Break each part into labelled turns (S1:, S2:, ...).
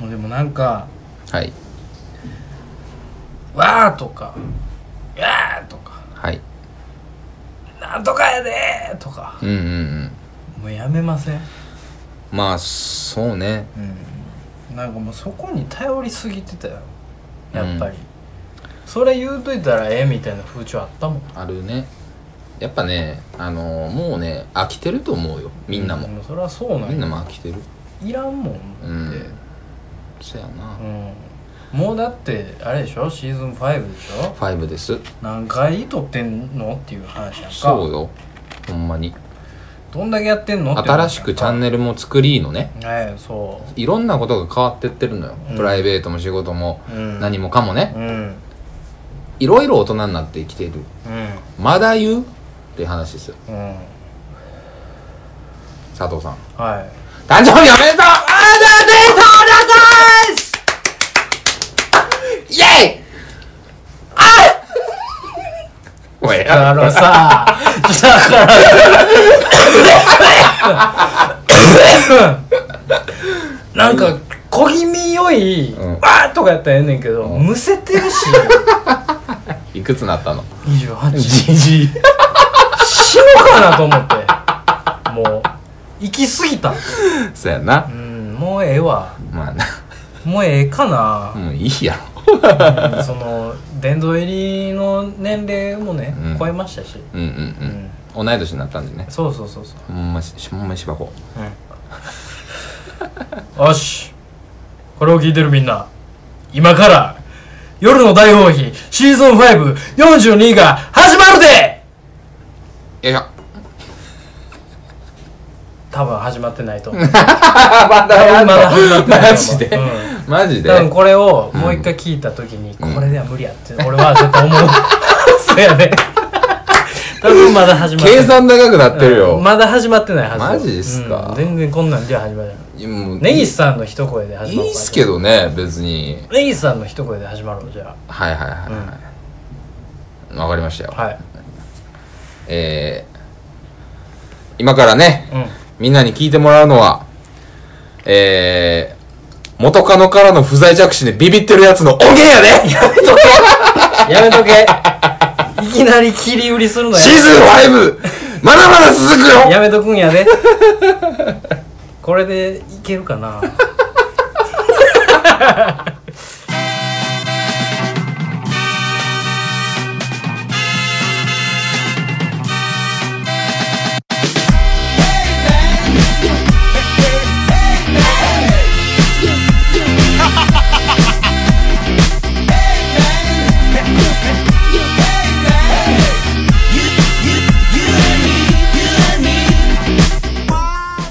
S1: もうでもなんか
S2: はい
S1: 「わー」とか「やー」とか
S2: はい
S1: 「なんとかやでー」とか
S2: うんうんうん
S1: もうやめません
S2: まあそうね
S1: うんなんかもうそこに頼りすぎてたよやっぱり、それ言うといたらええみたいな風潮あったもん
S2: あるねやっぱねあのもうね飽きてると思うよみんなも、
S1: うそれはそうな
S2: みん
S1: ん
S2: な
S1: や
S2: も飽きてる
S1: いらんもん
S2: うん
S1: って、
S2: そやな、
S1: うんもうだってあれでしょシーズン5でしょ
S2: ファイブです
S1: 何回撮ってんのっていう話やんか
S2: そうよほんまに
S1: どんだけやってんのって
S2: 新しくチャン
S1: ネ
S2: ネルも作りのね
S1: ルねえそ
S2: いろんなことが変わってってるのよ、
S1: うん
S2: プライベートも仕事も
S1: ううん
S2: 何もかもね
S1: うんうん
S2: いろいろ大人になって生きてるまだ言うって話ですよ
S1: うん
S2: 佐藤さん
S1: はい
S2: 誕生日おめでとうおめでとうございますイェイあおい
S1: だからさだからなんか小気味良い、
S2: うん
S1: わーとかやったらええねんけど、むせてる し
S2: いくつなったの
S1: 28
S2: じじい
S1: 死ぬかなと思ってもう行き過ぎた
S2: そや
S1: う
S2: なん
S1: もうええわ
S2: まあな
S1: もうええかな、
S2: もういいや
S1: うんその殿堂入りの年齢もね、
S2: うん
S1: 超えましたし、
S2: ろうんうん
S1: う
S2: うん
S1: ん、
S2: 同い年になったんでね
S1: そうそうそうそう
S2: ほんましほんまにしばこ
S1: うん、よしこれを聞いてるみんな今から夜の大放棄シーズン542が始まるで
S2: よいしょ
S1: 多分始まってないと 思う
S2: まだ
S1: まだ始まってないと思う
S2: マジで
S1: う
S2: マジで
S1: 多分これをもう一回聞いた時に、これでは無理やって俺は絶対思う そうやね多分まだ始まって
S2: 計
S1: ない
S2: 算高くなってるよ
S1: まだ始まってないはず
S2: マジっすか
S1: うん全然こんなんじゃ始まらない
S2: いやもう
S1: 根岸さんの一声で
S2: い
S1: 始まる
S2: いっすけどね別に
S1: 根岸さんの一声で始まるのじゃ
S2: はいはいはいはいわかりましたよ
S1: あはい
S2: えー、今からね、
S1: うん
S2: みんなに聞いてもらうのは、えー、元カノからの不在着信でビビってるやつの音源やで、ね、
S1: やめとけ。いきなり切り売りするのや
S2: シ
S1: め
S2: ーズン 5! まだまだ続くよ
S1: やめとくんやで。これでいけるかな。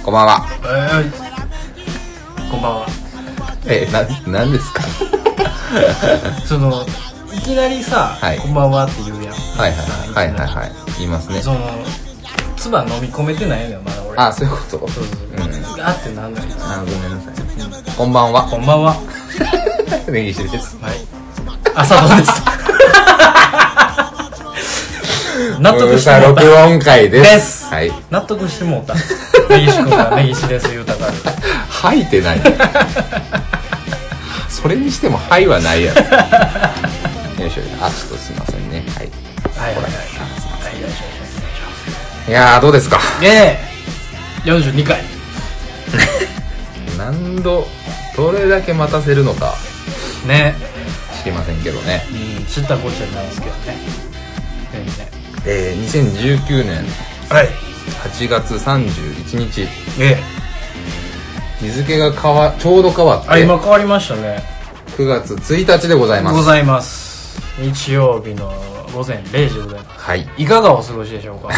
S2: こんばんは。
S1: こんばんは。
S2: えー、な、なんですか
S1: その、いきなりさ、
S2: はい
S1: こんばんはって言うやん。
S2: はいはいはい。はいはいはい。言いますね。
S1: その、唾飲み込めてないのよ、まだ俺。
S2: あ、そういうこと
S1: そうそうそう。
S2: うん
S1: あってなんない。
S2: あ、ごめんなさい。こんばんは。
S1: こんばんは。
S2: ネギシです。
S1: はい。朝ド です。納得してもう
S2: 録
S1: た。
S2: 音会です。
S1: です
S2: はい。
S1: 納得してもうた。根岸君が根岸です、言うたから。
S2: 吐いてないそれにしても「はい」はないやろよいしょあちょっとすいませんねはい
S1: はいはいはい。
S2: いやーどうですか
S1: で、42回。
S2: 何度どれだけ待たせるのか
S1: ね。
S2: 知りませんけどね
S1: うん、知ったこっちゃないですけどね。全然。
S2: えー、2019年
S1: はい。
S2: 8月31日
S1: え
S2: 日付が変わちょうど変わって
S1: あ、今変わりましたね。
S2: 9月1日でございま
S1: ご
S2: す
S1: ざいます。日曜日の午前0時でございま
S2: はい
S1: す。いかがお過ごしでし ょうか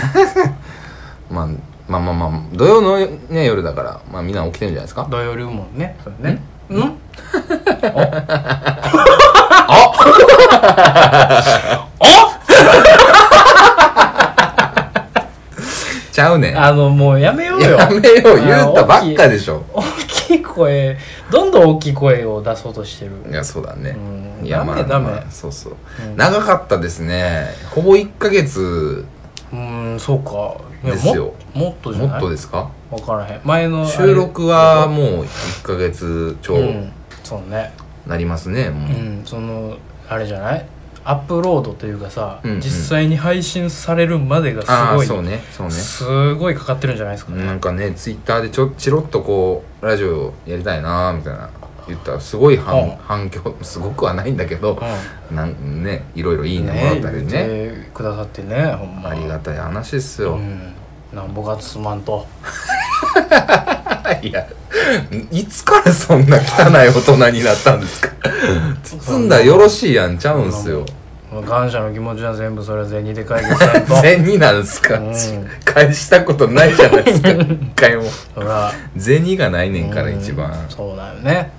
S2: まあまあまあまあ土曜の、ね、夜だから、まあ、みんな起きてるんじゃないですか
S1: 土曜日もね。そうね。ん
S2: ちゃうねん
S1: あの、もうやめようよ。
S2: やめよう言うたばっかでしょ
S1: 大きい声、どんどん大きい声を出そうとしてる。
S2: いやそうだね
S1: うん
S2: いや
S1: ダメ
S2: まあ
S1: ダメ
S2: まあそうそう
S1: うん
S2: 長かったですねほぼ1ヶ月
S1: うーん、そうか。いや
S2: ですよ
S1: ももっとじゃ
S2: も
S1: ない
S2: っとですか
S1: 分からへん前のあれ
S2: 収録はもう1ヶ月超
S1: うんそうね
S2: なりますねもう、
S1: うんそのあれじゃないアップロードというかさ、
S2: うんうん
S1: 実際に配信されるまでが
S2: ああ
S1: す
S2: そ
S1: ご
S2: う
S1: い、
S2: ねそうね
S1: すごいかかってるんじゃないですかね、
S2: なんかねツイッターでちょチロッとこうラジオやりたいなーみたいな言ったらすごい反,、
S1: うん
S2: 反響 すごくはないんだけど
S1: う、ん
S2: なんねいろいろいいねもらったりね
S1: 言ってくださってねほんま
S2: ありがたい話っす
S1: う
S2: よ、
S1: んなんぼがつまんと
S2: いやいつからそんな汚い大人になったん ですか包んだらよろしいやんちゃうんすよ
S1: 感謝の気持ちは全部それ銭で解決せん と
S2: 銭なんすか、
S1: うん
S2: 返したことないじゃないで すか一回も
S1: そら
S2: 銭がないねんから
S1: うん
S2: 一番
S1: そうだよね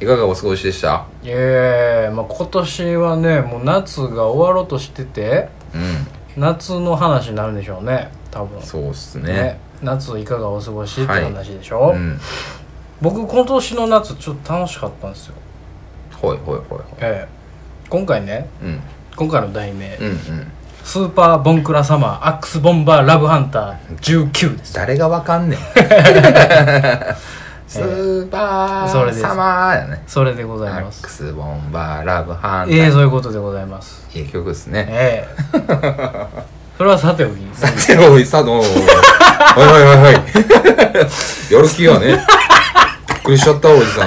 S2: いかがお過ごしでした
S1: ええまあ今年はねもう夏が終わろうとしてて
S2: うん
S1: 夏の話になるんでしょうね多分
S2: そうっす
S1: ね
S2: ね
S1: 夏いかがお過ごしって
S2: はい
S1: 話でし
S2: う
S1: ょ、
S2: ん
S1: 僕今年の夏ちょっと楽しかったんですよ
S2: ほいほいほいほい
S1: ええ今回ね
S2: うん
S1: 今回の題名、
S2: うんうん
S1: スーパーボンクラサマーアックスボンバーラブハンター19です
S2: 誰がわか んねんスーパ
S1: それで
S2: ー
S1: す
S2: サマーやね
S1: それでございま
S2: アック
S1: す
S2: スボンバーラブハンター
S1: ええそういうことでございます
S2: いい曲ですね。
S1: ええそれはさておき
S2: さて、おい、さ、どうおいおいおいおい。やる気がね。びっくりしちゃった、おじさん。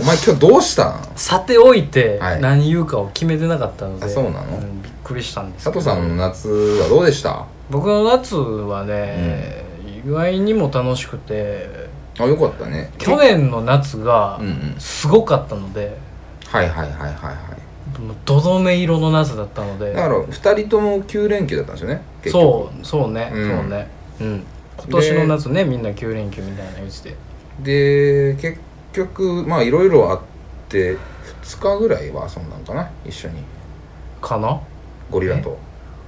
S2: お前今日どうしたん
S1: さておいて
S2: はい
S1: 何言うかを決めてなかったので、
S2: あそうなの
S1: んびっくりしたんです
S2: 佐藤さんの夏はどうでした
S1: 僕の夏はね、意外にも楽しくて
S2: あ、よかったね。
S1: 去年の夏が
S2: うんうん。
S1: すごかったので、
S2: はいはいはいはいはい。
S1: もうどどめ色の夏だったので
S2: だから、二人とも9連休だったんですよね。結局
S1: そうそうね、
S2: うん
S1: そうねうん今年の夏ねみんな9連休みたいなうちで
S2: で、結局、まあいろいろあって、2日ぐらいは遊んだんかな、一緒に。
S1: かな
S2: ゴリラと。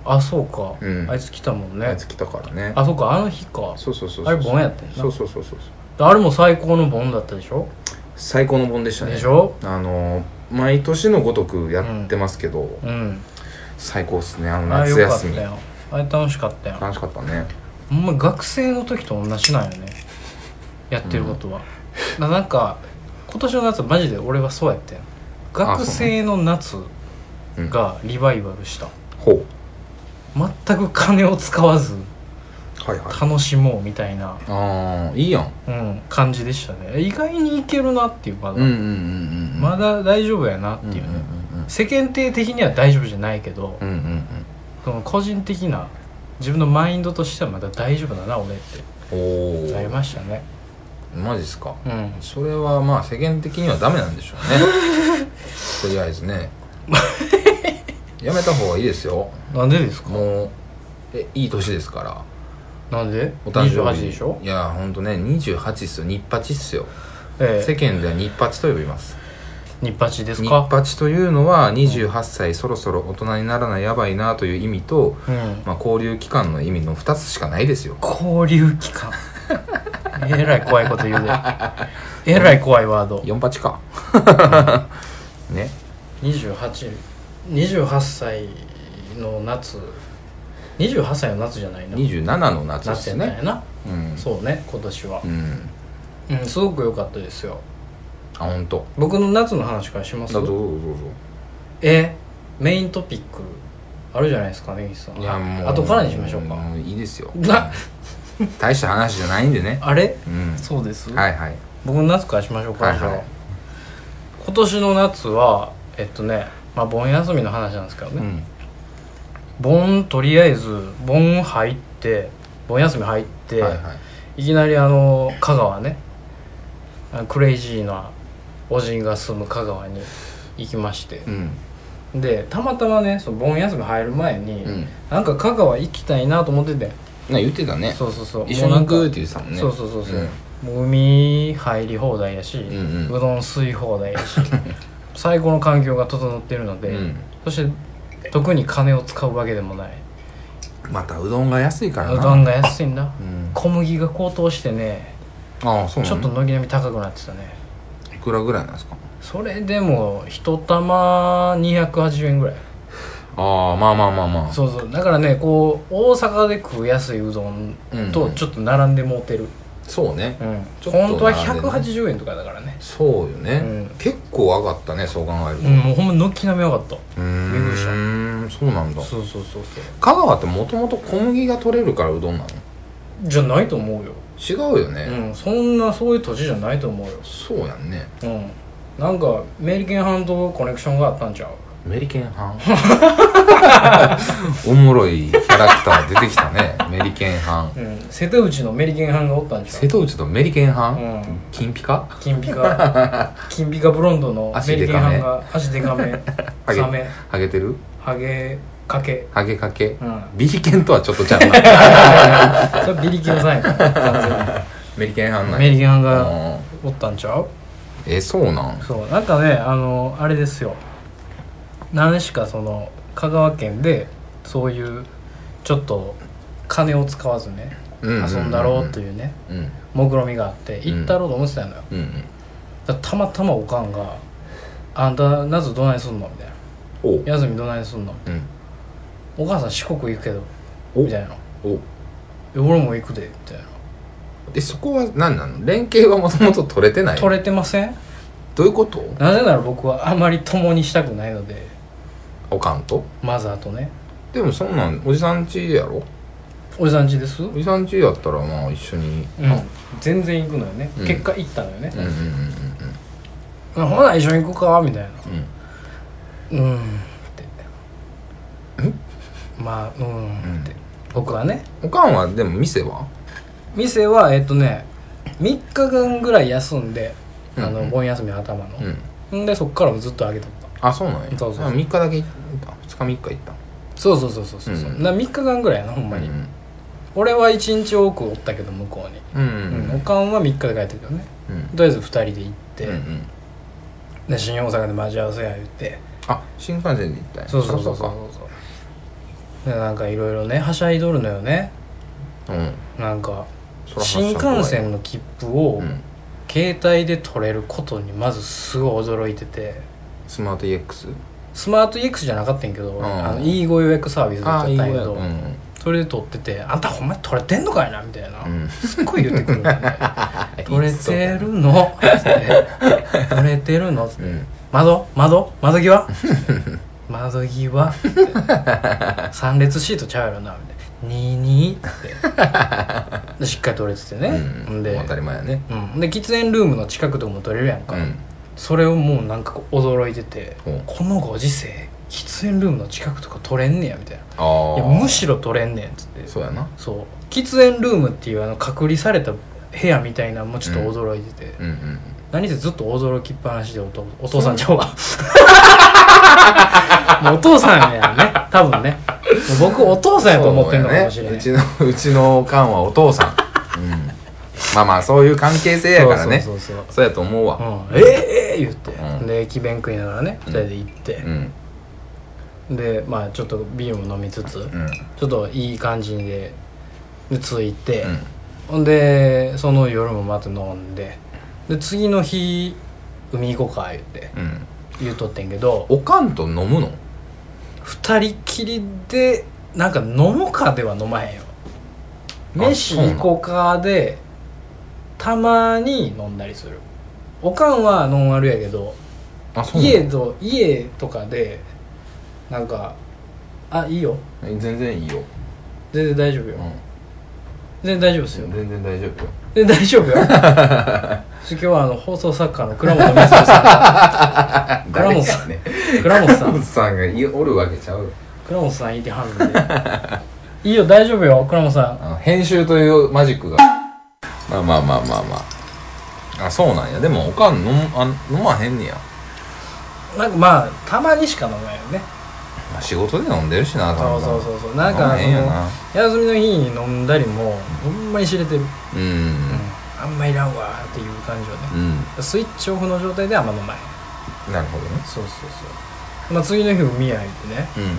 S1: あそうか、
S2: うん
S1: あいつ来たもん
S2: あい
S1: ね
S2: つ来たからね。
S1: あそうかあの日か
S2: そうそうそうそう。
S1: あれ盆やってんな
S2: そうそうそうそうそう。
S1: あれも最高の盆だったでしょ
S2: 最高の盆でしたね
S1: でしょ
S2: あの毎年のごとくやってますけど、
S1: うん
S2: 最高っすねあの
S1: あれ
S2: 夏
S1: よかっ
S2: 休
S1: た
S2: み
S1: よあれ楽しかったよ
S2: 楽しかったね
S1: ほんま学生の時と同じなんよねやってることは、ななんか今年の夏マジで俺はそうやってん学生の夏
S2: うん
S1: がリバイバルした、
S2: ほう
S1: 全く金を使わず
S2: はいはい
S1: 楽しもうみたいな、
S2: あーいいやん
S1: うん、感じでしたね意外にいけるなっていうまだ、
S2: うんうんうんうん
S1: まだ大丈夫やなって
S2: うん
S1: いううんね、
S2: うん
S1: 世間体的には大丈夫じゃないけど、
S2: うんうんうん
S1: その個人的な自分のマインドとしてはまだ大丈夫だな俺って
S2: お
S1: なり
S2: お
S1: ましたね
S2: マジっすか
S1: うん
S2: それはまあ世間的にはダメなんでしょう ねとりあえずねやめた方がいいですよ
S1: なんでですか
S2: もうえいい年ですから
S1: なんで
S2: お誕生
S1: 28
S2: 日
S1: でしょ
S2: いやほんとね28っすよ日八っすよ
S1: え
S2: 世
S1: え
S2: 間では日八と呼びます
S1: 日八です
S2: 日
S1: か
S2: 八というのは28歳そろそろ大人にならないやばいなという意味と、
S1: うん
S2: まあ、交流期間の意味の2つしかないですよ
S1: 交流期間えらい怖いこと言う でえらい怖いワード
S2: 48か ね
S1: 2828 28歳の夏28歳の夏じゃないな
S2: 27の夏
S1: 夏
S2: で
S1: や
S2: す
S1: ったんや
S2: ね
S1: な、
S2: うん
S1: そうね今年は
S2: う、ん
S1: うん、すごく良かったですよ
S2: あ本当。
S1: 僕の夏の話からしま
S2: だ
S1: す
S2: どうぞどうぞ
S1: えメイントピックあるじゃないですか根岸さん
S2: いやもう
S1: 後からにしましょうか
S2: もいいですよ
S1: な
S2: 大した話じゃないんでね
S1: あれ
S2: うん
S1: そうです、
S2: はいはい
S1: 僕の夏からしましょうか、
S2: はいはい
S1: じゃあ今年の夏はえっとねまあ盆休みの話なんですけど
S2: う
S1: ね、
S2: ん
S1: 盆とりあえず盆入って盆休み入って、
S2: はいはい
S1: い、きなりあの香川ねあのクレイジーなおじんが住む香川に行きまして
S2: う、ん
S1: でたまたまねその盆休み入る前に、
S2: うん
S1: なんか香川行きたいなと思ってて
S2: な言ってたね
S1: そうそうそう
S2: 一緒に行くって言ってたもんね
S1: そうそうそうそう、
S2: ん
S1: もう海入り放題やし、
S2: う
S1: うん
S2: う
S1: ど
S2: ん
S1: ん吸い放題や し最高の環境が整ってるので、
S2: うん
S1: そして特に金を使うわけでもない
S2: またうどんが安いからな
S1: うどんが安いんだ、
S2: うん
S1: 小麦が高騰してね
S2: ああそうな
S1: ちょ
S2: の
S1: っと軒並み高くなってたね、
S2: いくらぐらいなんですか
S1: それでも一玉280円ぐらい
S2: ああまあまあまあまあ
S1: そうそうだからねこう大阪で食う安いうどんとちょっと並んでもうてる、
S2: そうね
S1: うん
S2: ちょっと
S1: 本当は
S2: 並んでね
S1: 180円とかだからね
S2: そうよね、
S1: うん
S2: 結構上がったねそう考える
S1: うんもうほんま軒並みよかった
S2: とう
S1: びっくりし
S2: ーんそうなんだ
S1: そうそうそうそう
S2: 香川ってもともと小麦が取れるからうどんな
S1: じゃないと思うよ、
S2: の違うよね、
S1: うん、そんなそういう土地じゃないと思うよ
S2: そうやんね
S1: うんなんかメリケン半島コネクションがあったんちゃう
S2: メリケンハン おもろいキャラクター出てきたねメリケンハン
S1: うん瀬戸内のメリケン班がおったんちゃ
S2: 瀬戸内とメリケンハ
S1: う
S2: ン、
S1: うん
S2: 金ピカ
S1: 金ピカ 金ピカブロンドのメリケン班が足でかめ
S2: ハゲ
S1: サメ
S2: ハゲてる
S1: ハゲかけ
S2: ハゲかけ
S1: うん
S2: ビリケンとはちょっとちゃう
S1: そ
S2: な
S1: れビリケンさ んやから完
S2: メリケンハン
S1: 全
S2: な
S1: にメリケン班
S2: う
S1: が
S2: ん
S1: おったんちゃう
S2: えそうなん
S1: そうなんかねあのあれですよ何しかその香川県でそういうちょっと金を使わずね
S2: うんうんうんうん
S1: 遊んだろうというね
S2: うん
S1: 目論みがあって
S2: ん
S1: 行ったろうと思ってたのよ、
S2: うんうん
S1: だたまたまおかんが「あんた夏どないすんの?」みたいな
S2: おう
S1: 「休みどないすんの?
S2: うん」
S1: お母さん四国行くけど」
S2: お
S1: みたいな
S2: お
S1: 「え俺も行くで」みたいな
S2: でそこは何なの連携はもともと取れてな
S1: 「
S2: い
S1: 取れてません?
S2: どういうこと」
S1: なぜなら僕はあまり共にしたくないので
S2: おかんと
S1: マザーとね
S2: でもそんなんおじさんちやろ
S1: 「おじさんちです?」う
S2: おじさんちやったらまあ一緒に
S1: ん全然行くのよね、
S2: うん
S1: 結果行ったのよね
S2: うん、うんうん
S1: ほな一緒に行くかみたいな
S2: うんうん
S1: うんってまあうんって、僕はね
S2: おかんはでも店は
S1: 店はえっとね3日間ぐらい休んであの、
S2: うんうん
S1: 盆休みの頭の、
S2: うん
S1: んでそっからもずっと上げとった
S2: あそうなんや
S1: そうそう
S2: あ3日だけ行った2日3日行った
S1: そうそうそうそうそう、
S2: うんうん
S1: な3日間ぐらいやなほんまに、
S2: うん
S1: 俺は1日多くおったけど向こうに、
S2: うん
S1: うんおかんは3日で帰ってるけどね
S2: うんうん
S1: とりあえず2人で行って、
S2: うんうん
S1: で新大阪で待ち合わせや言って
S2: あ新幹線で行ったんや
S1: そうそうそうそう
S2: か
S1: そうでなんかいろいろねはしゃいどるのよね
S2: そっかうん
S1: なんか
S2: そら発
S1: 新
S2: 車怖い
S1: 幹線の切符を
S2: うん
S1: 携帯で取れることにまずすごい驚いてて
S2: スマート EX
S1: スマート EX じゃなかったんやけど、
S2: ん
S1: あの e ご予約サービスだっ
S2: あ
S1: た
S2: あ
S1: ん
S2: いい
S1: や
S2: わ
S1: け
S2: よ
S1: ど、
S2: うんうん
S1: それで取ってて「あんたほんまに取れてんのかいな」みたいな、
S2: うん
S1: すっごい言ってくるんだよ ね取れてるの」つって取れてるの」つって
S2: うん
S1: 窓窓窓 際窓際って3列シートちゃうやろなみたいな「22」ってでしっかり取れててね、
S2: うん
S1: ん、で
S2: 当たり前やね
S1: うん、で喫煙ルームの近くとかも取れるやん
S2: う
S1: か、
S2: ん
S1: それをもうなんかこう驚いてて、
S2: うん
S1: このご時世喫煙ルームの近くとか取れんねやみたいな
S2: あ
S1: いや
S2: あ
S1: むしろ取れんねんっつって
S2: そうやな
S1: そう喫煙ルームっていうあの隔離された部屋みたいなのもちょっと驚いてて、
S2: うんうん
S1: 何せずっと驚きっぱなしでお父お父さんちゃう わもうお父さんやね多分ねもう僕お父さんやと思ってんのかもしれな
S2: う
S1: い
S2: ちの うちのおかんはお父さん、うん、まあまあそういう関係性やからねそう
S1: そうそうそう
S2: やと思う
S1: う
S2: わ
S1: ん、ええええ言って、
S2: うん
S1: で駅弁食いながらね2
S2: うん
S1: 人で行って
S2: う、ん
S1: でまあちょっとビールも飲みつつ、
S2: うん
S1: ちょっといい感じででついて、
S2: うん
S1: ほんでその夜もまた飲んでで次の日海行こうか言って
S2: うん
S1: 言うとってんけど
S2: おかんと飲むの
S1: 二人きりでなんか飲むかでは飲まへんよ飯行こうかでたまに飲んだりするおかんはノンアルやけど
S2: あそうなの
S1: 家と家とかでなんか「あいいよ
S2: 全然いいよ、
S1: 全然大丈夫よ
S2: う
S1: 全然大丈夫ですよ
S2: ん、全然大丈夫よ
S1: 全然大丈夫 よ」今日はあの放送作家の倉本光子さ
S2: あ
S1: 倉本
S2: さんね
S1: ん倉本さ
S2: 倉本
S1: ん
S2: さんがいおるわけちゃうよ
S1: 倉本さんいてはんので「 いいよ大丈夫よ倉本さん
S2: あの編集というマジックがまあまあまあまあまああそうなんやでもおかん飲むあ飲まへんねや、」
S1: なんかまあたまにしか飲まないよね
S2: まあ、仕事で飲んでるし
S1: そ
S2: な
S1: うそう
S2: う
S1: そうそうなんかあの
S2: ええんやな
S1: 休みの日に飲んだりもほんまに知れてる、
S2: うん
S1: あんまいらんわーっていう感じよね
S2: うん、
S1: スイッチオフの状態であんま飲まへん
S2: うん、なるほどね
S1: そうそうそうまあ次の日海や行ってね
S2: うん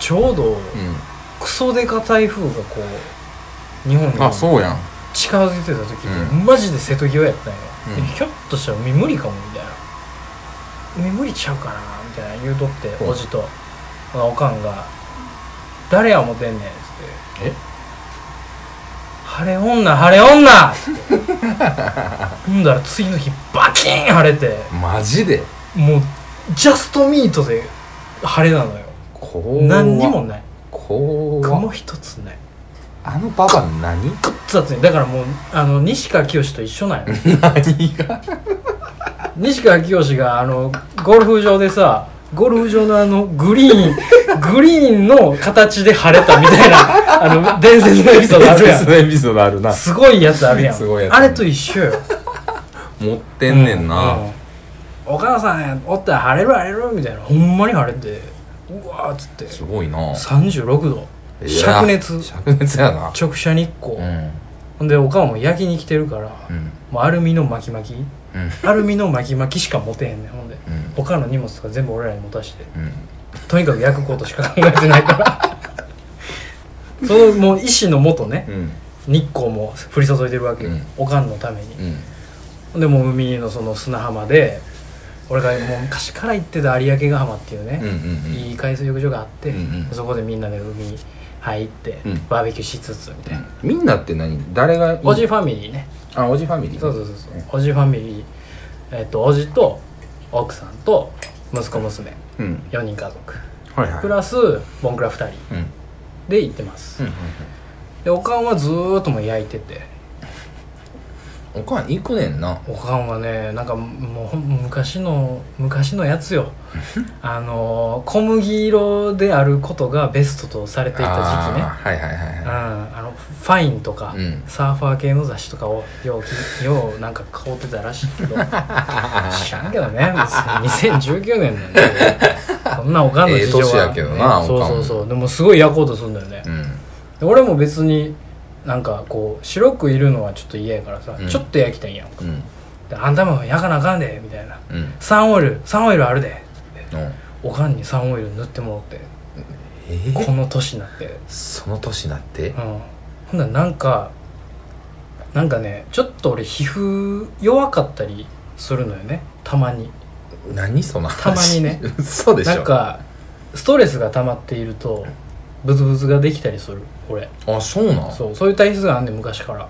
S1: ちょうど
S2: う
S1: クソデカ台風がこう日本に
S2: ん、あそうやん
S1: 近づいてた時に、
S2: う
S1: マジで瀬戸際やったんよ、
S2: うん
S1: ひょっとしたら海無理かもみたいな海無理ちゃうかなみたいな言うとって、
S2: うん
S1: おじとほなおかんが「誰や思てんねん」っつって
S2: え
S1: 「晴れ女晴れ女ほんだら次の日バキーン晴れて
S2: マジで
S1: もうジャストミートで晴れなのよ
S2: 怖っ
S1: 何にもない
S2: 怖っ
S1: 雲一つない
S2: あのババ何
S1: くっつ熱いだからもうあの西川きよしと一緒なんよ
S2: 何が
S1: 西川きよしがあのゴルフ場でさゴルフ場のあのグリー ングリーンの形で晴れたみたいなあの伝説のエピソードあるやん
S2: エピソードあるな
S1: すごいやつあるやん
S2: すごいやつ
S1: あれと一緒よ
S2: 持ってんねん
S1: うう
S2: な
S1: んお母さんおったら晴れる晴れるみたいなほんまに晴れてうわーっつって
S2: すごいな
S1: 36度
S2: いや
S1: 灼熱
S2: 灼熱やな
S1: 直射日光、
S2: うん
S1: ほんでおかんも焼きに来てるから、
S2: うん
S1: もうアルミの巻き巻き
S2: うん
S1: アルミの巻き巻きしか持てへんねんほんで
S2: うん
S1: 他の荷物とか全部俺らに持たして
S2: うん
S1: とにかく焼くことしか考えてないから そのもう意志のもとね
S2: うん
S1: 日光も降り注いでるわけよ、
S2: うん
S1: おかんのために、
S2: うん
S1: ほんでもう海のその砂浜で俺がもう昔から行ってた有明ヶ浜っていう
S2: うんう
S1: ね、
S2: ん
S1: いい海水浴場があって、
S2: うんうん
S1: そこでみんなで海に入って、
S2: うん
S1: バーベキューしつつみたいな、
S2: みんなって何誰が
S1: おじファミリーね
S2: あおじファミリー
S1: そうそうそうそうおじファミリーえっとおじと奥さんと息子娘
S2: うん
S1: 4人家族
S2: はいはい
S1: プラスボンクラ2人
S2: うんうん
S1: で行ってます、
S2: うん
S1: でおかんはずーっともう焼いてて
S2: うんおかん行くねんな
S1: おかんはねなんかもうほん昔の昔のやつよ あの小麦色であることがベストとされていた時期ね
S2: あーはいはいは
S1: う
S2: い
S1: ん、
S2: は
S1: あのファインとか、
S2: うん
S1: サーファー系の雑誌とかをよう きようなんか買うてたらしいけど 知らんけどね別に2019年なんでそんなおかんの事情は、
S2: ええ年やけどな
S1: ね
S2: お
S1: そ
S2: か
S1: うんそうそうでもすごい焼こうとするんだよね
S2: い、うん
S1: で俺も別になんかこう白くいるのはちょっと嫌やからさ、
S2: うん
S1: ちょっと焼きたいんやんか
S2: うん
S1: であんたも焼かなあかんでみたいな
S2: うん
S1: サンオイルサンオイルあるで
S2: うん
S1: おかんにサンオイル塗ってもらって
S2: え
S1: この年になって
S2: その年になって
S1: うん、ほんならなんかなんかねちょっと俺皮膚弱かったりするのよねたまに
S2: 何その話
S1: たまにね
S2: 嘘でしょ
S1: なんかストレスが溜まっているとブツブツができたりする俺
S2: あそうなん
S1: そうそういう体質があんねん昔から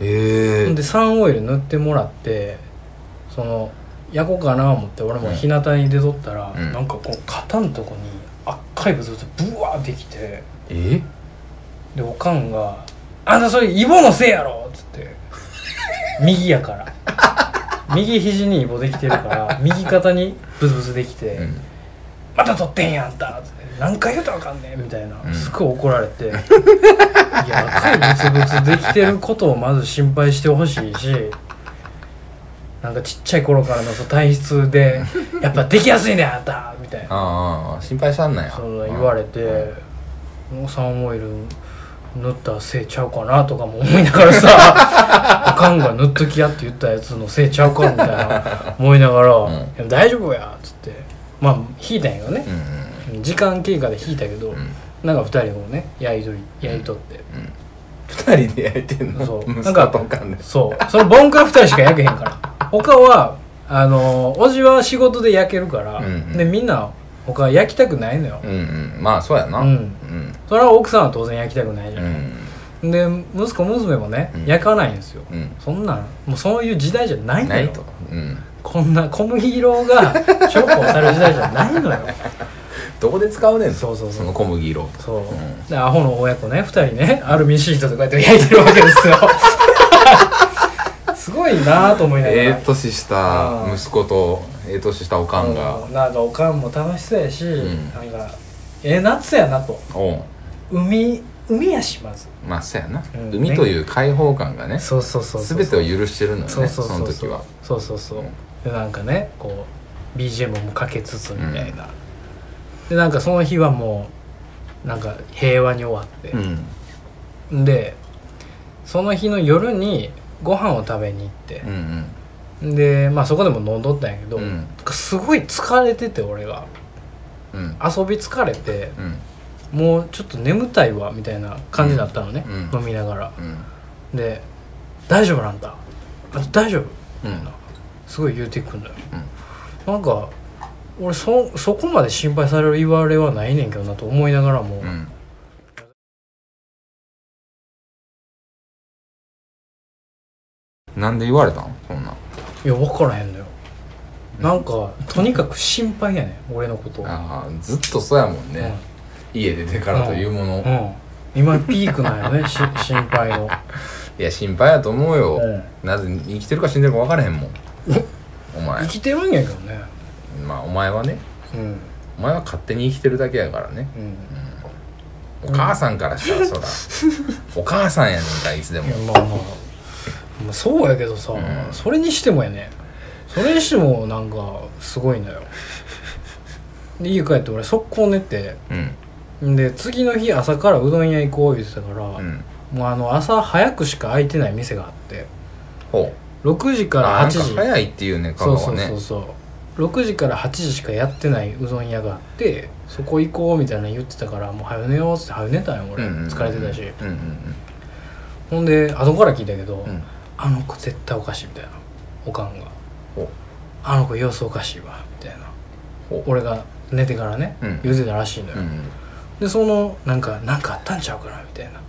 S2: へ
S1: ほん
S2: え
S1: でサンオイル塗ってもらってその焼こうかな思って俺も日向に出とったら、
S2: うん
S1: なんかこう肩のとこに赤いブツブツブワーできて
S2: え
S1: でおかんが「あんたそれイボのせいやろ!」っつって右やから右肘にイボできてるから右肩にブツブツできて「
S2: うん
S1: また取ってんやんあんた!」っつって「何回言うたらあかんねん」みたいな、
S2: うん
S1: すっごい怒られ ていや赤いブツブツできてることをまず心配してほしいしなんかちっちゃい頃からのその体質で「やっぱできやすいねんあんた!」みたいな
S2: ああ心配したんなや
S1: そんな言われて、もうサンオイル塗ったせいちゃうかなとかも思いながら さおかんが塗っときやって言ったやつのせいちゃうかみたいな思いながら「い
S2: ん
S1: や大丈夫や」っつってまあ引いたんやけどね
S2: う、ん
S1: 時間経過で引いたけど、
S2: うんうん
S1: なんか2人もねやりとりやりとって、
S2: 二人で焼いてんの
S1: そうな
S2: 息
S1: ん
S2: 子
S1: か
S2: とおかんで
S1: そうそのボンクラ2人しか焼けへん から他はあのおじは仕事で焼けるから、
S2: うんうん
S1: でみんな他焼きたくないのよ、
S2: うんうんまあそうやな
S1: うん
S2: うん
S1: それは奥さんは当然焼きたくないじゃん
S2: う、ん
S1: で息子娘もね、
S2: うん
S1: 焼かないんですよ、
S2: うん
S1: そんなんもうそういう時代じゃないの
S2: な
S1: よ
S2: いとうん
S1: こんな小麦色が重宝される時代じゃないのよ
S2: どこで使うねんと
S1: そうそうそ
S2: そうの小麦色
S1: そう、
S2: ん
S1: でアホの親子ね2人ねアルミシートとかやって焼いてるわけですよすごいなぁと思いながら、
S2: ええ年した
S1: うん
S2: 息子とええ年したおかんが
S1: うんなんかおかんも楽しそうやし、
S2: ん
S1: なんかええ夏やなと
S2: おう
S1: 海海やしまず
S2: まあそうやな
S1: うん
S2: 海という開放感がね
S1: そうそうそうそう
S2: 全てを許してるのよ
S1: そう
S2: ね
S1: そう
S2: そ
S1: そう
S2: の
S1: そ
S2: 時
S1: う
S2: は
S1: そうそうそう、
S2: うん
S1: でなんかねこう BGM もかけつつみたいな、でなんかその日はもうなんか平和に終わって
S2: う、ん
S1: でその日の夜にご飯を食べに行って
S2: う、ん
S1: でまあそこでも飲んどったんやけど、
S2: うんうん
S1: なんかすごい疲れてて俺が
S2: うん
S1: 遊び疲れて
S2: うん
S1: もうちょっと眠たいわみたいな感じだったのね、
S2: うん
S1: 飲みながら
S2: うん
S1: で「大丈夫なんだあ大丈夫?」
S2: うん
S1: すごい言うてくんだよ、なんか俺そそこまで心配される言われはないねんけどなと思いながらも、
S2: うんなんで言われたんそんなん
S1: いや分からへんのよなんかとにかく心配やねん俺のこと
S2: ああずっとそうやもんね、家出てからというもの、
S1: う
S2: い
S1: ん、今ピークなんよねし 心配の
S2: や心配やと思うよ、
S1: うん
S2: なぜ生きてるか死んでるか分からへんもんお前
S1: 生きてるんやけどね
S2: まあお前はね
S1: うん
S2: お前は勝手に生きてるだけやからね
S1: うん
S2: お母さんからし たらそらお母さんやねんからいつでも
S1: いやまあまあまあそうやけどさ、
S2: うん
S1: それにしてもやねそれにしてもなんかすごいんだよで家帰って俺速攻寝て
S2: うん
S1: んで次の日朝からうどん屋行こう言ってたから、
S2: うん
S1: もうあの朝早くしか開いてない店があって
S2: ほう
S1: 6時か
S2: あ
S1: ら8
S2: なんか
S1: 時
S2: 早いっていうね香
S1: そう
S2: 川
S1: そう
S2: ね
S1: そうそう6時から8時しかやってないうどん屋があってそこ行こうみたいなの言ってたからもう早寝ようっつって早寝たんよ俺、
S2: うんうんうん
S1: 疲れてたし
S2: うんうん
S1: ほんで後から聞いたけど、
S2: うんうん
S1: あの子絶対おかしいみたいなおかんが
S2: ほ
S1: あの子様子おかしいわみたいな
S2: ほ
S1: 俺が寝てからね、
S2: うん
S1: 言うてたらしいのよ、
S2: ううん
S1: でそのなんかなんかあったんちゃうかなみたいな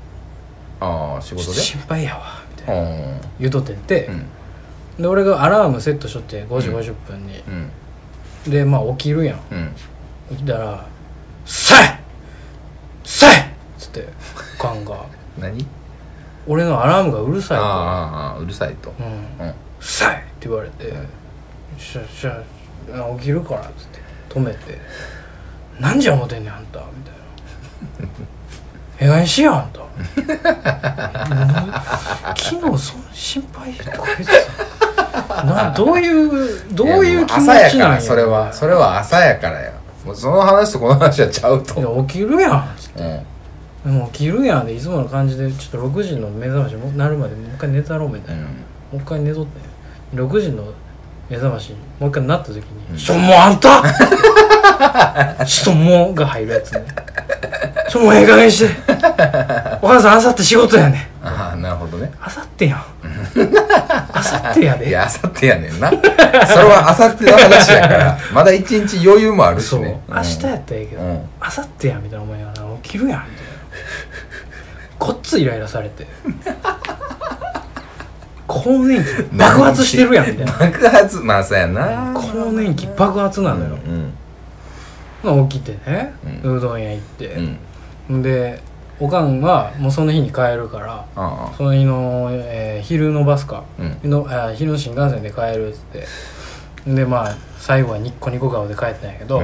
S2: ああ仕
S1: ちょっ
S2: 事
S1: と
S2: で
S1: 心配やわみたいな
S2: あ
S1: 言うとってんて、
S2: あうん
S1: で俺がアラームセットしとって5時50分に、
S2: うん
S1: でまあ起きるやん
S2: うん
S1: 起きたら「さえさえ!」っつっておかんが
S2: 何
S1: 「俺のアラームがうるさい」と
S2: ああああうるさいと
S1: 「うん
S2: うん
S1: さえ!」って言われて
S2: うん
S1: 「しゃしゃあ起きるから」っつって止めて「何時や思てんねんあんた」みたいな「えがにしやあんた」 昨日そんな心配とか言ってたなどういうどういう気持ちなん
S2: や
S1: や
S2: もう朝やからそれはそれは朝やからやもうその話とこの話はちゃうと
S1: いや起きるやんっつって
S2: うん
S1: でも起きるやんでいつもの感じでちょっと6時の目覚ましもなるまでもう一回寝たろうみた
S2: う
S1: いな、も
S2: ん
S1: う一回寝とって6時の目覚ましもう一回なった時に「
S2: うん
S1: ちょもうあんた! 」「ちょもう」が入るやつね「ちょもうええ加減して」「お母さんあさって仕事やねん」
S2: ああなるほどね
S1: 「あさってやん」「あさってやで」
S2: いやあさってやねんな それはあさっての話やからまだ一日余裕もあるし
S1: そう、
S2: ねうん
S1: 明日やったらええけど、
S2: うん
S1: あさってやみたいな思いながら起きるやんみたいなこっつイライラされ て更年期爆発してるやんみたいな
S2: 爆発まあそうやな
S1: 更年期爆発な
S2: う
S1: のよ、
S2: ん
S1: 起きてね、うどん屋行っ
S2: うんう
S1: て、
S2: ん
S1: でおかんはもうその日に帰るから
S2: ああ
S1: その日の、えー昼のバスか
S2: うん
S1: のあ昼の新幹線で帰るっつってでまあ最後はニッコニコ顔で帰ったんやけど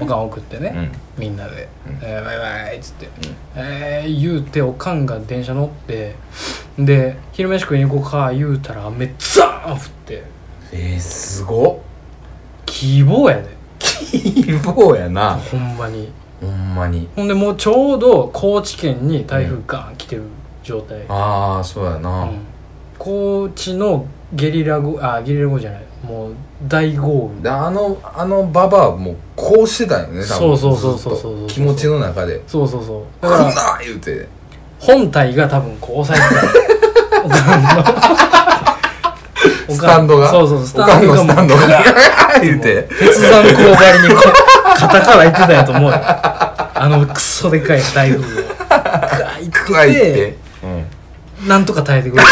S1: おかん送ってね、
S2: うん
S1: みんなで「
S2: うん
S1: えーバイバイ」っつって、えー言うておかんが電車乗ってで昼飯食いに行こうか言うたら雨ザーン降って
S2: えー、すごっ
S1: 希望やで
S2: 希望やな
S1: ほんまに
S2: ほんまに
S1: ほんでもうちょうど高知県に台風ガーン来てる状態、
S2: ああそうや
S1: う
S2: な、
S1: ん高知のゲリラ豪あゲリラ豪雨じゃないもう大豪雨
S2: であのあのババアもこうしてたよね多分
S1: そうそうそうそうそう
S2: ずっと気持ちの中で
S1: そうそうそう
S2: 「来
S1: だ
S2: ん
S1: から
S2: な!」言うて
S1: 本体が多分こう押さ えてたおかんのおかん
S2: スタンドが
S1: そうそう
S2: スタンドスタンドが「 言うて
S1: 鉄山工狩りにこう肩から行ってたやと思うよあのクソでかい台風をガーッ行って
S2: 「くわ」言って、うん、
S1: なんとか耐え てくれた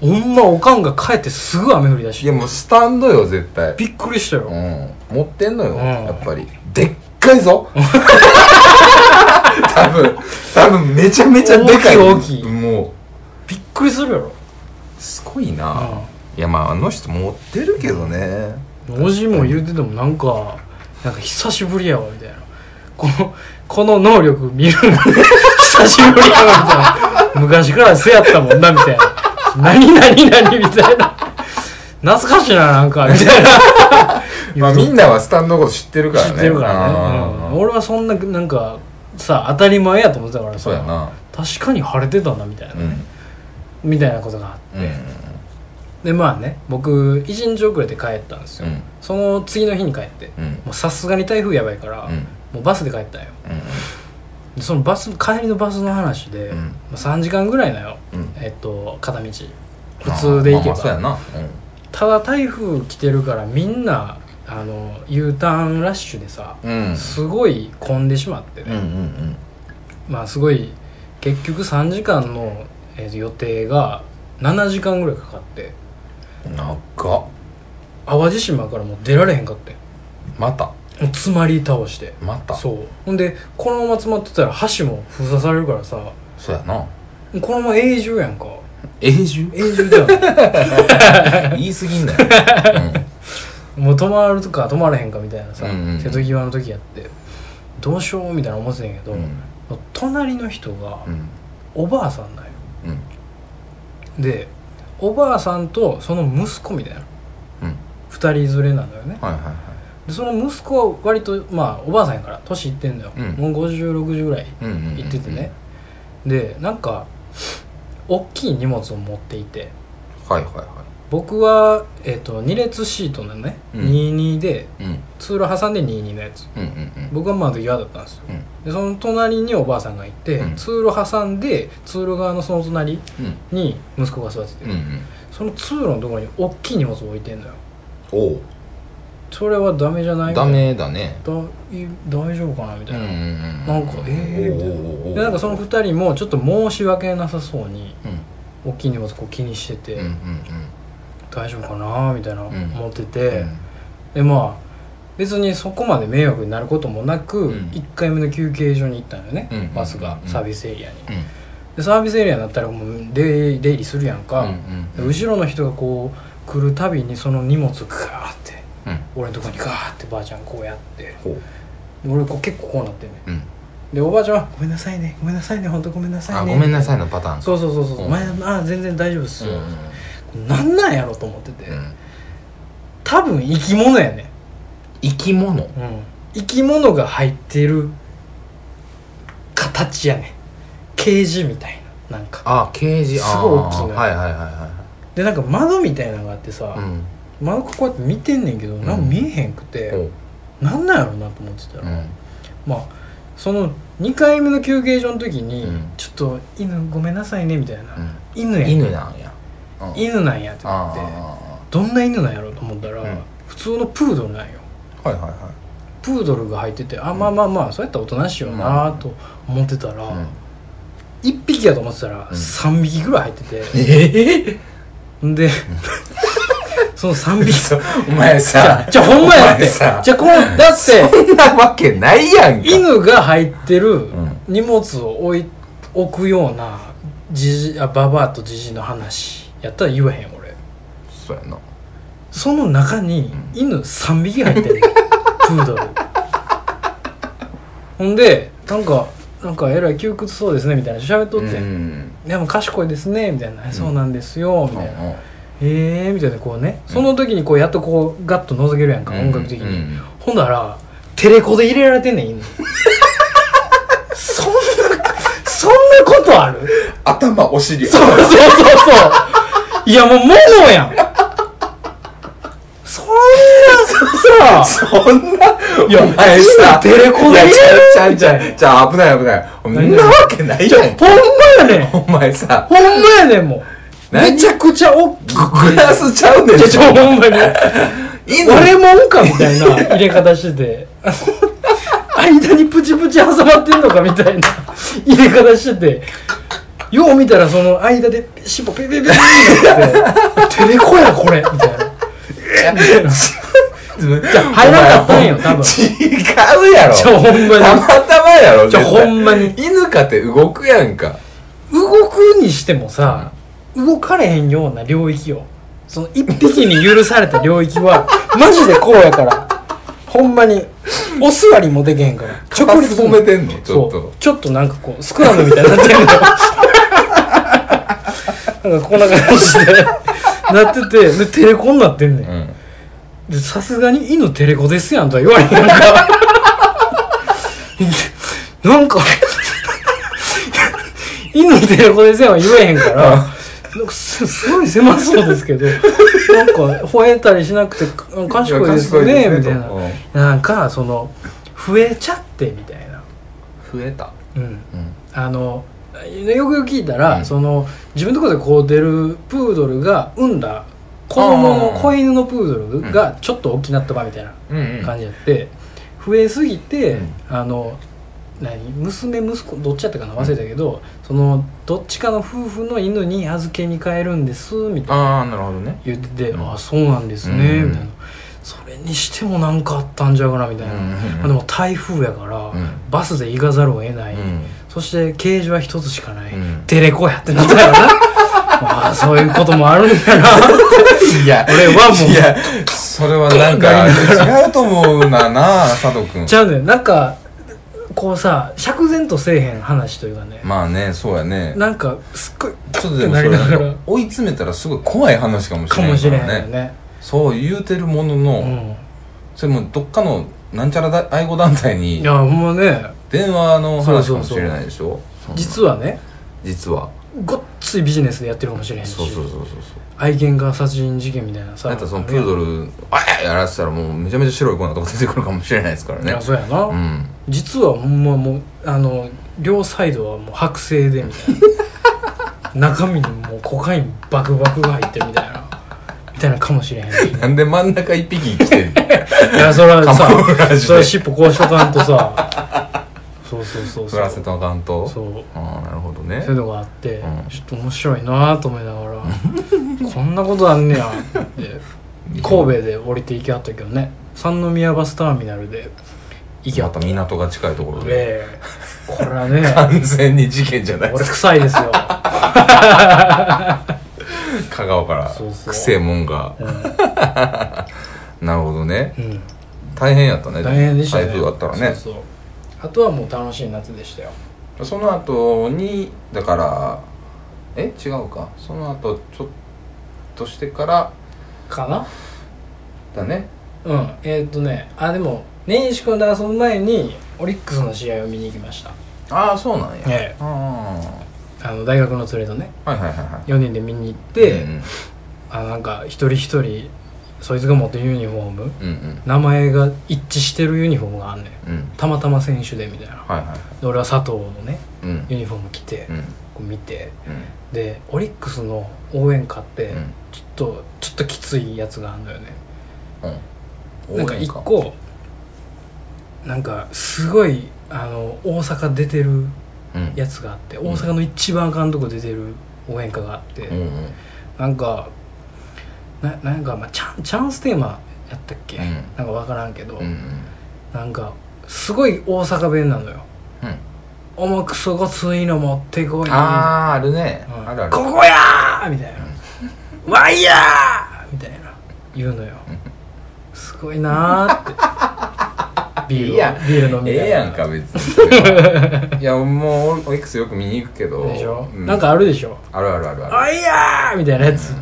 S1: ほんまおかんが帰ってすぐ雨降りだ
S2: い
S1: し
S2: やもうスタンドよ絶対
S1: びっくりしたよ、
S2: うん持ってんのよ、
S1: ん
S2: やっぱりでっかいぞ 多分多分めちゃめちゃでかい
S1: 大きい大きい
S2: も
S1: びっくりするやろ、
S2: うすごいな、いやまああの人持ってるけどね、
S1: うん、おじも言うててもなんかなんか久しぶりやわみたいなこのこの能力見るの久しぶりやわみたいな昔からせやったもんなみたいな何何何みたいな懐かしいななんかみたいな
S2: まあみんなはスタンドのこと知ってるから
S1: 知
S2: ね
S1: ってるからね、
S2: あ
S1: うん
S2: ー
S1: 俺はそんななんかさ当たり前やと思ってたからさ
S2: そうやな
S1: 確かに晴れてたんだみたいな、
S2: うん
S1: みたいなことがあって、
S2: うん
S1: でまあね僕1日遅れて帰ったんです
S2: う
S1: よ、
S2: ん
S1: その次の日に帰って
S2: うん
S1: もうさすがに台風やばいから、
S2: うん
S1: もうバスで帰ったんよ
S2: うん
S1: でそのバス帰りのバスの話で、
S2: うん
S1: まあ、3時間ぐらいなよ、
S2: うん
S1: えっと片道普通で行けば、
S2: あーまあまあそうやな
S1: ただ台風来てるからみんなあの U ターンラッシュでさ、
S2: うんうん
S1: すごい混んでしまってね、
S2: うんうん
S1: まあすごい結局3時間のえー予定が7時間ぐらいかかって
S2: 長っ
S1: 淡路島からもう出られへんかって
S2: また
S1: もう詰まり倒して
S2: またそ
S1: そうほんでこのまま詰まってたら橋も封鎖されるからさも
S2: うやな
S1: うこのまま永住やんか
S2: 永住
S1: 永住だよね
S2: 言い過ぎ んなよ、
S1: もう泊まるか泊まれへんかみたいなさ、
S2: うんうん
S1: 瀬戸際の時やってどうしようみたいな思ってたんやけど、
S2: うんうん
S1: 隣の人が
S2: うん
S1: おばあさんだよ
S2: うん
S1: でおばあさんとその息子みたいな
S2: うん
S1: 2人連れなんだよね
S2: はいはいはい
S1: でその息子は割とまあおばあさんやから年いってんだよ、
S2: うん
S1: もう5060ぐらい
S2: うんうんうん
S1: 行っててね、でなんか大きい荷物を持っていて
S2: はいはいは
S1: 僕は、えっと2列シートのね、
S2: うん
S1: 22で
S2: いうん
S1: 通路挟んで22のやつ
S2: うんうんうん
S1: 僕はまだ嫌だったんですよ、
S2: うん
S1: でその隣におばあさんがいて、
S2: うん
S1: 通路挟んで通路側のその隣
S2: うん
S1: に息子が座ってて、
S2: うんうん
S1: その通路のところに大きい荷物置いてんのよ
S2: おう
S1: それはダメじゃない
S2: ダメだね
S1: だい大丈夫かなみた
S2: う
S1: い
S2: んう
S1: な、
S2: ん
S1: な
S2: うん
S1: んかえーみたいな
S2: ー
S1: でなんかその
S2: うん
S1: 2人もちょっと申し訳なさそうに
S2: う
S1: 大きい荷物こう気にしてて、
S2: んうん
S1: 大丈夫かなみたいな
S2: うん
S1: 思って
S2: う
S1: て、
S2: ん
S1: でまあ別にそこまで迷惑になることもなく、
S2: うん
S1: 1回目の休憩所に行ったのよね、
S2: うん
S1: バスが
S2: うん
S1: サービスエリアに、
S2: うん
S1: でサービスエリアになったらもう出出入りするやんか、
S2: うん
S1: で後ろの人がこう来るたびにその荷物をガーって
S2: うん
S1: 俺のとこにガーってばあちゃんこうやってで
S2: ほう
S1: 俺こう結構こうなってんね
S2: うん
S1: でおばあちゃんは「ごめんなさいねごめんなさいね本当ごめんなさ
S2: あ
S1: いね」
S2: ごめんなさ
S1: い
S2: いのパターン
S1: そうそうそうそう、
S2: うん
S1: 前あ全然大丈夫っす
S2: うん
S1: よ
S2: う、ん
S1: なんなんやろと思ってて、
S2: うん
S1: 多分生き物やね
S2: 生き物
S1: うん生き物が入ってる形やねケージみたいななんか
S2: あケージあー
S1: すごい大きいのよ
S2: はいはいはいは
S1: でなんか窓みたいなのがあってさ、
S2: いうん
S1: 窓こうやって見てんねんけどなんか見えへんくて、
S2: ほう
S1: なんなんやろうなと思ってたら、
S2: うん
S1: まあその2回目の休憩所の時に、
S2: うん
S1: ちょっと犬ごめんなさいねみたいな、
S2: うん
S1: 犬や
S2: 犬なんやうん
S1: 犬なんやってな
S2: あ
S1: っ
S2: ー
S1: て
S2: あ
S1: どんな犬なんやろうと思ったら、
S2: うん
S1: 普通のプードルなんよ
S2: ーはいはいは
S1: プードルが入っててあまあまあまあそうやったらおとなしいよなと思ってたら、
S2: いうん
S1: 一1匹やと思ってたら
S2: うん
S1: 3匹ぐらい入ってて、
S2: ええ
S1: ん、で その3匹
S2: そお前さ
S1: じゃあほんまやっ
S2: お前
S1: てじゃ
S2: さ
S1: あこうだって
S2: そんなわけないやんか
S1: 犬が入ってる
S2: ん
S1: 荷物を置い置くようなじじあババアとじじの話やったら言わへん俺
S2: そうやな
S1: その中に犬3匹入って るプードルほんでなんかなんかえらい窮屈そうですねみたいな喋っとって、
S2: うん
S1: でも賢いですねみたいな、そうなんですよみたいな、えーみたいなこうねその時にこうやっとこうガッと覗けるやんか、音楽的に、
S2: うん
S1: ほんだらテレコで入れられてんねん犬そんなそんなことある
S2: 頭お尻
S1: そうそうそうそういやもうモノやんそんなさ
S2: そんな、
S1: いや
S2: お前さ、
S1: テレコで
S2: いや
S1: 入れる
S2: ちゃうちゃうちゃうちゃう危ない危ない。そんなわけない
S1: いや
S2: やん。
S1: ほんまやねん
S2: お前さ、
S1: ほんまやねんもう
S2: 何
S1: めちゃくちゃ大 きい
S2: グラスちゃうねん。
S1: ちょちょほんまに
S2: いいの
S1: 俺もんかみたいな入れ方してて間にプチプチ挟まってんのかみたいな入れ方しててよう見たらその間で尻尾ピピピピってテレコやこれみたいなみたいな入らなかったんよ多分
S2: 違うやろ。
S1: ちょほんまに
S2: たまたまやろ。
S1: ちょ
S2: 絶
S1: ほ
S2: 対
S1: んまに
S2: 犬かって動くやんか。
S1: 動くにしてもさ動かれへんような領域をその一匹に許された領域はマジでこうやからほんまにお座りもできへんから
S2: 直立
S1: も
S2: 褒めてんのちょっ
S1: そう
S2: と。
S1: ちょっとなんかこうスクラムみたいになってるんだなんかこんな感じでなってて でテレコになってんねん
S2: うん。
S1: でさすがに「犬テレコですやん」とは言われへんからなんか「犬テレコですやん」は言えへんからなんかすすごい狭そうですけどなんか吠えたりしなくて「賢いです
S2: い
S1: ね」
S2: や賢い
S1: み
S2: ですね
S1: たいな
S2: とうん
S1: なんかその増えちゃってみたいな
S2: 増えた。
S1: うん
S2: うん。
S1: あのよくよく聞いたら、
S2: うん
S1: その自分のところでこう出るプードルが産んだ子供の
S2: あー
S1: 子犬のプードルがちょっと大きなった場みたいな
S2: うんうん。
S1: 感じやって、増えすぎて、
S2: うん
S1: あの何娘息子どっちやったかな忘れたけど、そのどっちかの夫婦の犬に預けに帰るんですみたいな
S2: ああなるほどね
S1: 言ってて、
S2: うん
S1: ああそうなんですね、
S2: うん
S1: みたいなそれにしても何かあったんじゃうかなみたいな、
S2: うんうんうん
S1: まあでも台風やから、
S2: うん
S1: バスで行かざるを得ない、
S2: うん
S1: そしてケージは一つしかない、
S2: うん
S1: テレコやってなったよ なまあそういうこともあるんやな
S2: いや
S1: 俺はもう
S2: いやそれはなんか違うと思うなな佐藤君
S1: ちゃうねんなんかこうさ釈然とせえへん話というかね、
S2: まあねそうやね
S1: なんかすっごい
S2: ちょっとでもそれ
S1: なりながら
S2: なんか追い詰めたらすごい怖い話かもし
S1: か
S2: れな
S1: も
S2: い
S1: しれ
S2: か
S1: へんよ
S2: らね
S1: ね
S2: そう言うてるもの
S1: う
S2: の
S1: ん
S2: それもどっかのなんちゃらだ愛護団体
S1: い
S2: に
S1: やほんまね
S2: 電話の話
S1: そ
S2: か
S1: う
S2: も
S1: そうそう
S2: しれないでしょ
S1: 実
S2: は
S1: はね
S2: 実は
S1: ごっついビジネスでやってるかもしれへんし
S2: そうそうそうそうそう
S1: 愛犬が殺人事件みたいなさ
S2: なんかそのプードルあややらせたらもうめちゃめちゃ白い粉とか出てくるかもしれないですから
S1: い
S2: ね
S1: やそうやな、
S2: うん
S1: 実はほんまもうあの両サイドはもう剥製でみたいな中身にもうコカインバクバクが入ってるみたいなみたいなかもしれ へんし
S2: なんで真ん中一匹生きてんの
S1: いや それは
S2: カモフラージ
S1: さそ
S2: ュで
S1: れは尻尾こうしとかんとさ そうそうそう
S2: 振
S1: そう
S2: らせたアカウント
S1: そう
S2: ああなるほどね
S1: そういうのがあって、
S2: うん
S1: ちょっと面白いなと思いながらこんなことあんねやって神戸で降りて行きはったけどね三宮バスターミナルで行きは
S2: ま
S1: った
S2: 港が近いところ
S1: た
S2: で
S1: でこれは ね
S2: 完全に事件じゃないで
S1: 俺
S2: すか
S1: 臭いですよ、
S2: 香川から
S1: そうそう
S2: くせえもんが
S1: う
S2: なるほどね
S1: んうん
S2: 大変やったね
S1: 大変でしたね
S2: 台風あったらね
S1: そうそうあとはもう楽しい夏でしたよ
S2: その後にだからえ違うかその後ちょっとしてから
S1: かな
S2: だね
S1: うんえーっ、とねあでも根岸君と遊ぶ前にオリックスの試合を見に行きました
S2: ああそうなんや、
S1: ええ
S2: あ
S1: あの大学の連れとね
S2: あはいはいはいはい
S1: 4人で見に行って、
S2: うん
S1: あなんか一人一人そいつが持ってるユニフォーム
S2: うんうん
S1: 名前が一致してるユニフォームがあんねん
S2: うんうん
S1: たまたま選手でみたいな
S2: はいはいはい
S1: で俺は佐藤のね
S2: うんうん
S1: ユニフォーム着て
S2: うん
S1: こう見てでオリックスの応援歌って
S2: うん
S1: ちょっとちょっときついやつがあんだよね
S2: うん
S1: なんか一個なんかすごいあの大阪出てる
S2: うん
S1: やつがあって大阪の一番あかんとこ出てる応援歌があって、
S2: うんうん
S1: なんかななんか、まあ、チャンチャンステーマやったっけ、
S2: うん
S1: なんか分からんけど、
S2: うんうん
S1: なんかすごい大阪弁なのよ
S2: うん
S1: 「重くそごついの持ってこい」
S2: あああるね
S1: うん
S2: あるある
S1: ここやー!」みたいな「ワイヤー!」みたいな言うのよすごいなーって ビール
S2: いや
S1: をビール飲みながら
S2: ええやんか別にそれはいやもうオリックスよく見に行くけど
S1: でしょ、
S2: うん
S1: なんかあるでしょ
S2: あるある
S1: 「
S2: あるあ
S1: ワ
S2: る
S1: イヤー!」みたいなやつ、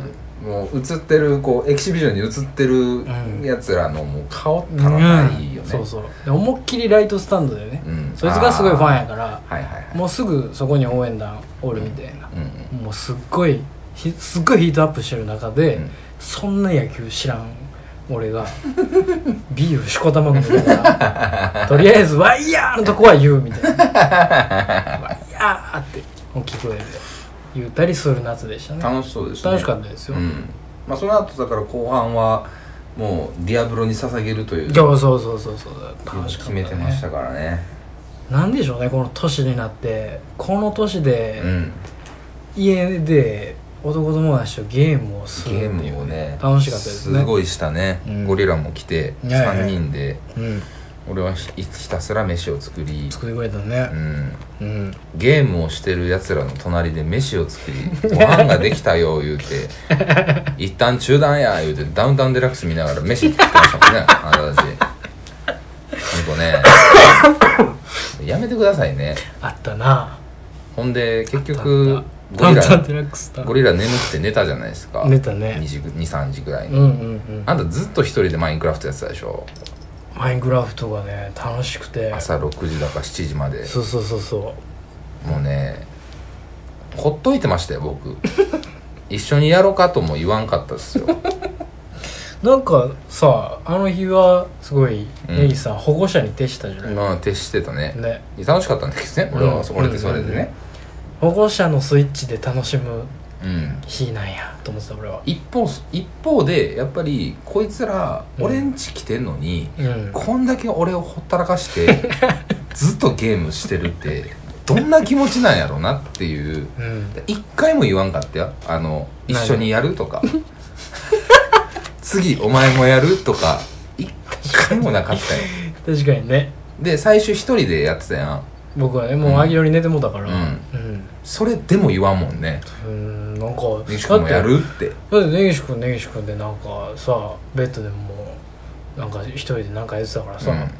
S2: もう映ってるこうエキシビションに映って
S1: ん
S2: るやつらのもう顔たらないよね
S1: そうそうで思いっきりライトスタンドだよね、
S2: うん
S1: そいつがすごいファンやから
S2: はいはいはい
S1: もうすぐそこに応援団おるみたいな
S2: う、ん
S1: もうすっごいひすっごいヒートアップしてる中で、
S2: うん
S1: そんな野球知らん俺がビールしこたまくみたいなとりあえず「ワイヤー!」のとこは言うみたいな「ワイヤー!」って大きい声で言うたりする夏でしたね
S2: 楽しそうですね
S1: 楽しかったですよ、
S2: う
S1: い
S2: んまあその後だから後半はもうディアブロに捧げるという
S1: やそうそうそうそう楽しかっ
S2: 決
S1: た、
S2: め
S1: ね、
S2: てましたからね
S1: なんでしょうねこの年になってこの年で
S2: うん
S1: 家で男友達とゲームをするっ
S2: ゲ
S1: てい
S2: ー
S1: う
S2: ムをね
S1: 楽しかったですね
S2: すごいしたね
S1: うん
S2: ゴリラも来て
S1: いやいや
S2: 3人で
S1: うん、
S2: 俺はひひたすら飯を作り
S1: 作りくれた
S2: う
S1: ね
S2: ん
S1: うん
S2: ゲームをしてるやつらの隣で飯 を作りご飯ができたよ言うて一旦中断や言うてダウンタウンデラックス見ながら飯食ってましたもんねあなたたちほんとね やめてくださいね
S1: あったな
S2: ほんで結
S1: あ
S2: 局
S1: った
S2: ゴ
S1: あっ
S2: リ
S1: たダウンタウン
S2: ラ
S1: デラックスだ
S2: ゴリラ眠くて寝たじゃないですか
S1: 寝たね
S2: 23時ぐらいに、
S1: うんうんうん
S2: あんたずっと一人でマインクラフトやってたでしょ
S1: マインクラフトがね楽しくて
S2: 朝6時だか7時まで
S1: そうそうそうそ
S2: もうねほっといてました よ僕一緒にやろうかとも言わんかったですよ
S1: うなんかさあの日はすごい
S2: うん
S1: ネギさん保護者に徹したじゃない、
S2: まあ徹してたね
S1: ね
S2: 楽しかったんですね俺は
S1: うん
S2: 俺でそれでね
S1: 保護者のスイッチで楽しむ
S2: うん
S1: 日なんやと思ってた俺は
S2: 一方一方でやっぱりこいつら
S1: うん
S2: 俺ん家来てんのに
S1: うん
S2: こんだけ俺をほったらかしてずっとゲームしてるってどんな気持ちなんやろうなっていう
S1: うん
S2: 一回も言わんかったよあの一緒にやるとか 次お前もやるとか一回もなかったよ
S1: 確かにね
S2: で最初一人でやってたやん
S1: 僕はねもうあきより寝てもうたから
S2: うん
S1: うん
S2: それでも言わんもんね
S1: うんなんか
S2: 「西君もやる?」って
S1: だって根岸君根岸君でなんかさベッドでもうなんか一人でなんかやってたからさ、
S2: うん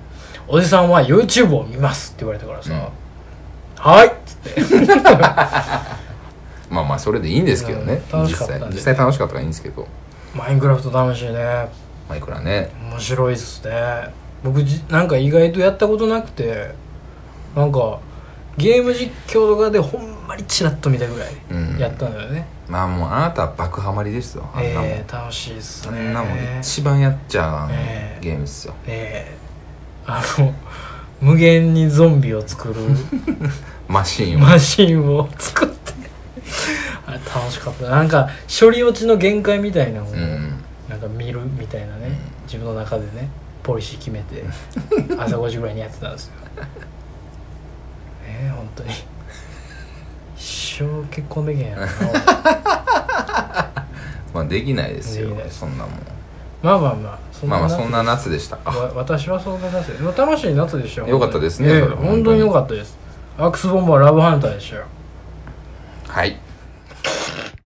S1: おじさんは YouTube を見ますって言われたからさ「
S2: うん
S1: はい!」っつって
S2: まあまあそれでいいんですけどね
S1: うん
S2: 実
S1: 楽しかった
S2: 際
S1: ね
S2: 実際楽しかったからいいんですけど
S1: 「マインクラフト楽しいね
S2: まあいくらね
S1: 面白いっすね僕じなんか意外とやったことなくてなんかゲーム実況とかでほんまにチラッと見たぐら
S2: うん
S1: いやったんだよね、
S2: まあもうあなたは爆ハマりですよあんなもん、
S1: えー、楽しいっす
S2: あ
S1: ね
S2: んなもん一番やっちゃう、
S1: えー
S2: ゲームっすよ
S1: えー、あの無限にゾンビを作る
S2: マシーンは
S1: マシンを作ってあれ楽しかったなんか処理落ちの限界みたいなのを、
S2: うん
S1: なんか見るみたいなね、自分の中でねポリシー決め て朝5時ぐらいにやってたんですよねえ本当に一生結婚できへんやろな俺
S2: まあできないですよ
S1: できないです
S2: そんなもん
S1: まあまあまあそ
S2: まあまあ
S1: 夏
S2: そんな夏でしたか
S1: わ私はそんな夏ですでも楽しい夏でした
S2: よかったですね
S1: ええ
S2: それは
S1: 本当によかったですアックスボンバーラブハンターでしたよ
S2: はい